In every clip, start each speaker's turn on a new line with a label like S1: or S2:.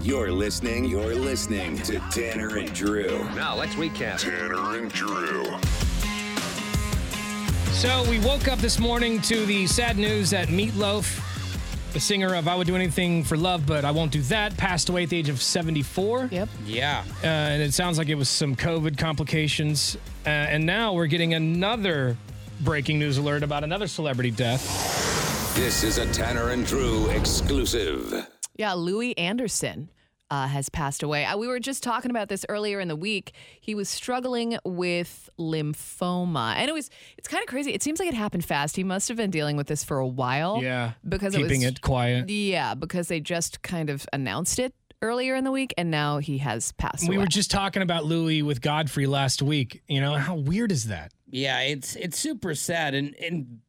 S1: You're listening, you're listening to Tanner and Drew.
S2: Now let's recap.
S1: Tanner and Drew.
S3: So we woke up this morning to the sad news that Meatloaf, the singer of I Would Do Anything for Love, but I Won't Do That, passed away at the age of 74.
S4: Yep.
S2: Yeah.
S3: Uh, and it sounds like it was some COVID complications. Uh, and now we're getting another breaking news alert about another celebrity death.
S1: This is a Tanner and Drew exclusive.
S4: Yeah, Louis Anderson uh, has passed away. Uh, we were just talking about this earlier in the week. He was struggling with lymphoma, and it was it's kind of crazy. It seems like it happened fast. He must have been dealing with this for a while. because
S3: keeping
S4: it was
S3: it quiet.
S4: yeah because they just kind of announced it earlier in the week, and now he has passed
S3: We
S4: away.
S3: were just talking about Louis with Godfrey last week. You know, how weird is that?
S2: Yeah, it's it's super sad and and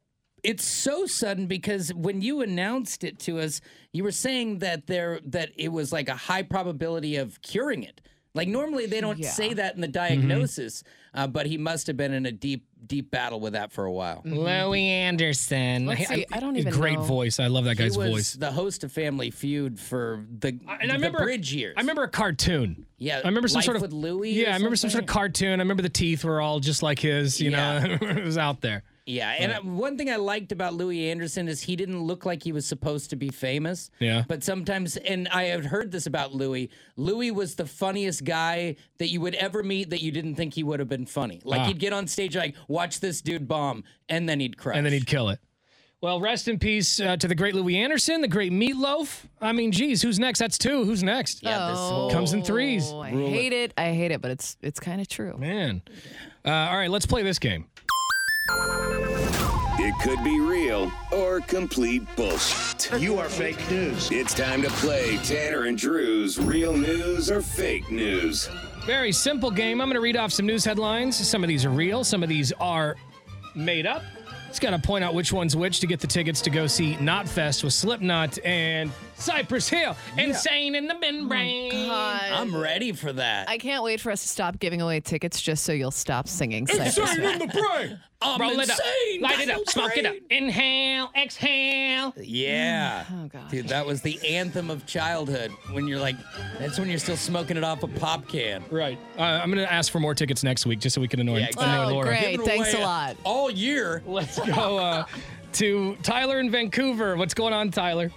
S2: it's so sudden because when you announced it to us, you were saying that there that it was like a high probability of curing it. Like normally they don't
S4: Yeah.
S2: say that in
S3: Mm-hmm.
S2: the diagnosis, uh, but he must have been in a deep deep battle with that for a while. Mm-hmm.
S3: Louis Anderson.
S4: Let's see, I don't even
S3: Great
S4: know.
S3: voice. I love that
S2: He
S3: guy's
S2: was
S3: voice.
S2: the host of Family Feud for the,
S3: and
S2: the
S3: I remember-
S2: bridge years.
S3: I remember a cartoon.
S2: Yeah,
S3: I remember some
S2: Life
S3: sort of
S2: with Louie or
S3: Yeah, I remember some sort of cartoon. I remember the teeth were all just like his. You know, it was out there.
S2: Yeah, and uh, one thing I liked about Louis Anderson is he didn't look like he was supposed to be famous.
S3: Yeah.
S2: But sometimes, and I have heard this about Louis. Louis was the funniest guy that you would ever meet that you didn't think he would have been funny. Like
S3: Ah.
S2: he'd get on stage like, "Watch this dude bomb," and then he'd crush.
S3: and then he'd kill it. Well, rest in peace uh, to the great Louis Anderson, the great Meatloaf. I mean, geez, who's next? That's two. Who's next?
S2: Yeah, this whole-
S3: Comes in threes.
S4: Oh, I hate it. I hate it, but it's it's kind of true.
S3: Man. Uh, all right, let's play this game.
S1: It could be real or complete bullshit.
S5: You are fake news.
S1: It's time to play Tanner and Drew's real news or fake news.
S3: Very simple game. I'm going to read off some news headlines. Some of these are real, some of these are made up. It's going to point out which one's which to get the tickets to go see Knotfest with Slipknot and Cypress Hill. Insane in the membrane.
S2: Oh I'm ready for that.
S4: I can't wait for us to stop giving away tickets just so you'll stop singing. Cypress Hill.
S2: in the brain. I'm
S3: Roll it up.
S2: insane.
S3: Light it
S2: I'm
S3: up. Smoke it up.
S2: insane.
S3: Inhale, exhale.
S2: Yeah.
S4: Oh, gosh.
S2: Dude, that was the anthem of childhood when you're like, that's when you're still smoking it off a pop can.
S3: Right. Uh, I'm going to ask for more tickets next week just so we can annoy,
S2: Yeah, exactly.
S3: annoy
S4: Oh,
S3: Laura.
S4: great.
S2: Giving
S4: thanks
S2: away
S4: a lot.
S2: All year.
S3: Let's go uh, to Tyler in Vancouver. What's going on, Tyler?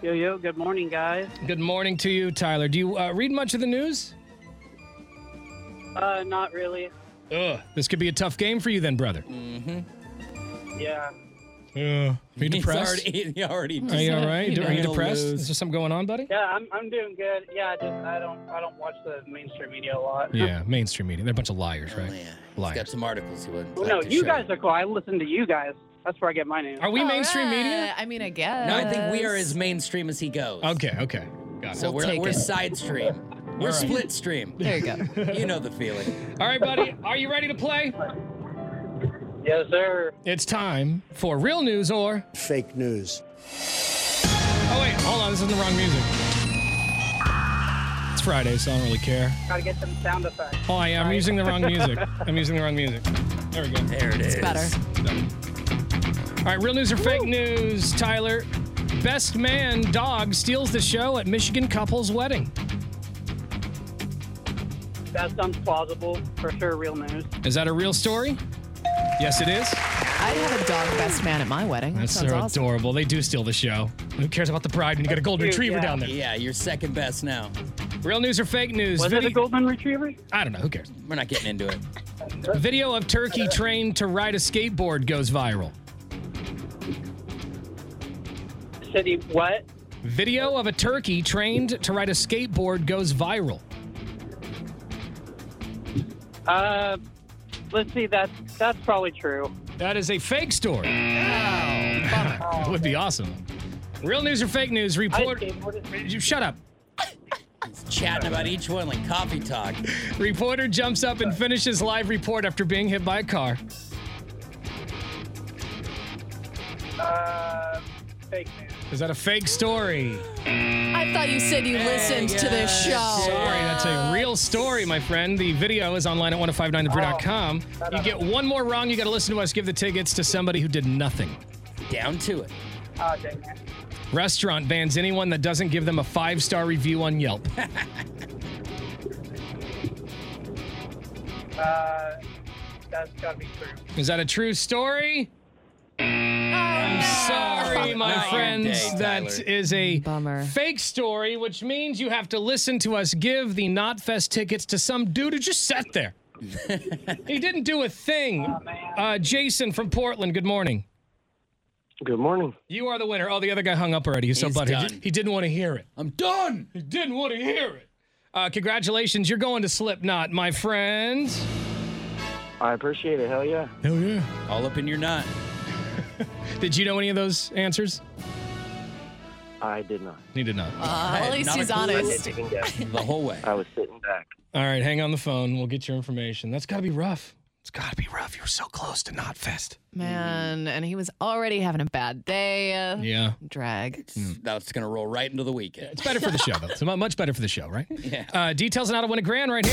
S6: Yo, yo, good morning, guys.
S3: Good morning to you, Tyler. Do you uh, read much of the news?
S6: Uh, not really.
S3: Ugh. This could be a tough game for you then, brother.
S6: Yeah.
S3: Uh, are you
S2: He's
S3: depressed?
S2: already, he already
S3: Are you all right?
S2: You know
S3: are you
S2: he'll
S3: depressed?
S2: lose.
S3: Is there something going on, buddy?
S6: Yeah, I'm, I'm doing good. Yeah, I just I don't I don't watch the mainstream media a lot.
S3: Yeah, mainstream media. They're a bunch of liars, right?
S2: Oh, yeah. He's got
S3: Liars.
S2: some articles he would.
S6: Well, no, you guys are cool. I listen to you guys. That's where I get my news.
S3: Are we
S2: Oh,
S4: All
S3: mainstream media?
S4: right. Oh, I mean, I guess.
S2: No, I think we are as mainstream as he goes.
S3: Okay, okay. Got it.
S2: So we're,
S4: take
S2: we're
S4: it.
S2: side stream. We're
S3: right.
S2: split stream.
S4: There you go.
S2: You know the feeling.
S3: All right, buddy. Are you ready to play?
S6: Yes, sir.
S3: It's time for real news or.
S5: Fake news.
S3: Oh, wait. Hold on. This is the wrong music. It's Friday, so I don't really care.
S6: Gotta get some sound effects.
S3: Oh, I am using the wrong music. I'm using the wrong music. There we go.
S2: There it is.
S4: Better.
S3: All right, real news or fake news, Tyler? Best man dog steals the show at Michigan couple's wedding.
S6: That sounds plausible for sure. Real news.
S3: Is that a real story? Yes, it is.
S4: I'd have a dog best man at my wedding.
S3: That's
S4: Sounds
S3: so
S4: awesome.
S3: adorable. They do steal the show. Who cares about the bride when you got a golden
S6: That's cute,
S3: retriever
S6: yeah.
S3: down there?
S2: Yeah, you're second best now.
S3: Real news or fake news?
S6: Was it a
S3: Vide-
S6: golden retriever?
S3: I don't know. Who cares?
S2: We're not getting into it.
S3: Video of turkey trained to ride a skateboard goes viral.
S6: City what?
S3: Video of a turkey trained to ride a skateboard goes viral.
S6: Uh, let's see. That's that's probably true. Oh,
S3: That is a fake story. It would be awesome. Real news or fake news?
S6: I
S3: Report.
S6: skateboarded.
S3: You- Shut up.
S2: Chatting about each one like coffee talk.
S3: Reporter jumps up and finishes live report after being hit by a car.
S6: Uh, fake news.
S3: Is that a fake story?
S4: I thought you said you listened to the
S2: yes.
S4: show.
S3: Sorry, that's a real story, my friend. The video is online at 1059thebrew.com.
S2: Oh,
S3: You get one more wrong, you got to listen to us give the tickets to somebody who did nothing.
S2: Down to it.
S6: Oh, dang it.
S3: Restaurant bans anyone that doesn't give them a five star review on Yelp.
S6: Uh, that's gotta be true.
S3: Is that a true story? I'm sorry, my
S2: Oh, Not your
S3: friends.
S2: day,
S3: that
S2: Tyler.
S3: is a
S4: Bummer.
S3: fake story, which means you have to listen to us give the Knotfest tickets to some dude who just sat there. he didn't do a thing. Uh, Jason from Portland, good morning.
S7: Good morning.
S3: You are the winner. Oh, the other guy hung up already. He's so
S2: He's
S3: buttered. He,
S2: done.
S3: he didn't want to hear it.
S2: I'm done.
S3: He didn't want to hear it. Uh, congratulations. You're going to Slipknot, my friend.
S7: I appreciate it. Hell yeah.
S3: Hell yeah.
S2: All up in your knot.
S3: Did you know any of those answers?
S7: I did not.
S3: Need to know.
S4: Uh, well, at least
S2: Not a
S4: he's
S2: clue.
S4: honest.
S2: The whole way.
S7: I was sitting back.
S3: All right, hang on the phone. We'll get your information. That's got to be rough. It's got to be rough. You were so close to Knotfest.
S4: Man, and he was already having a bad day. Uh,
S3: Yeah.
S4: Drag.
S2: That's gonna roll right into the weekend.
S3: It's better for the show, though. It's mu- much better for the show, right? Yeah. Uh, details on how to win a grand right here.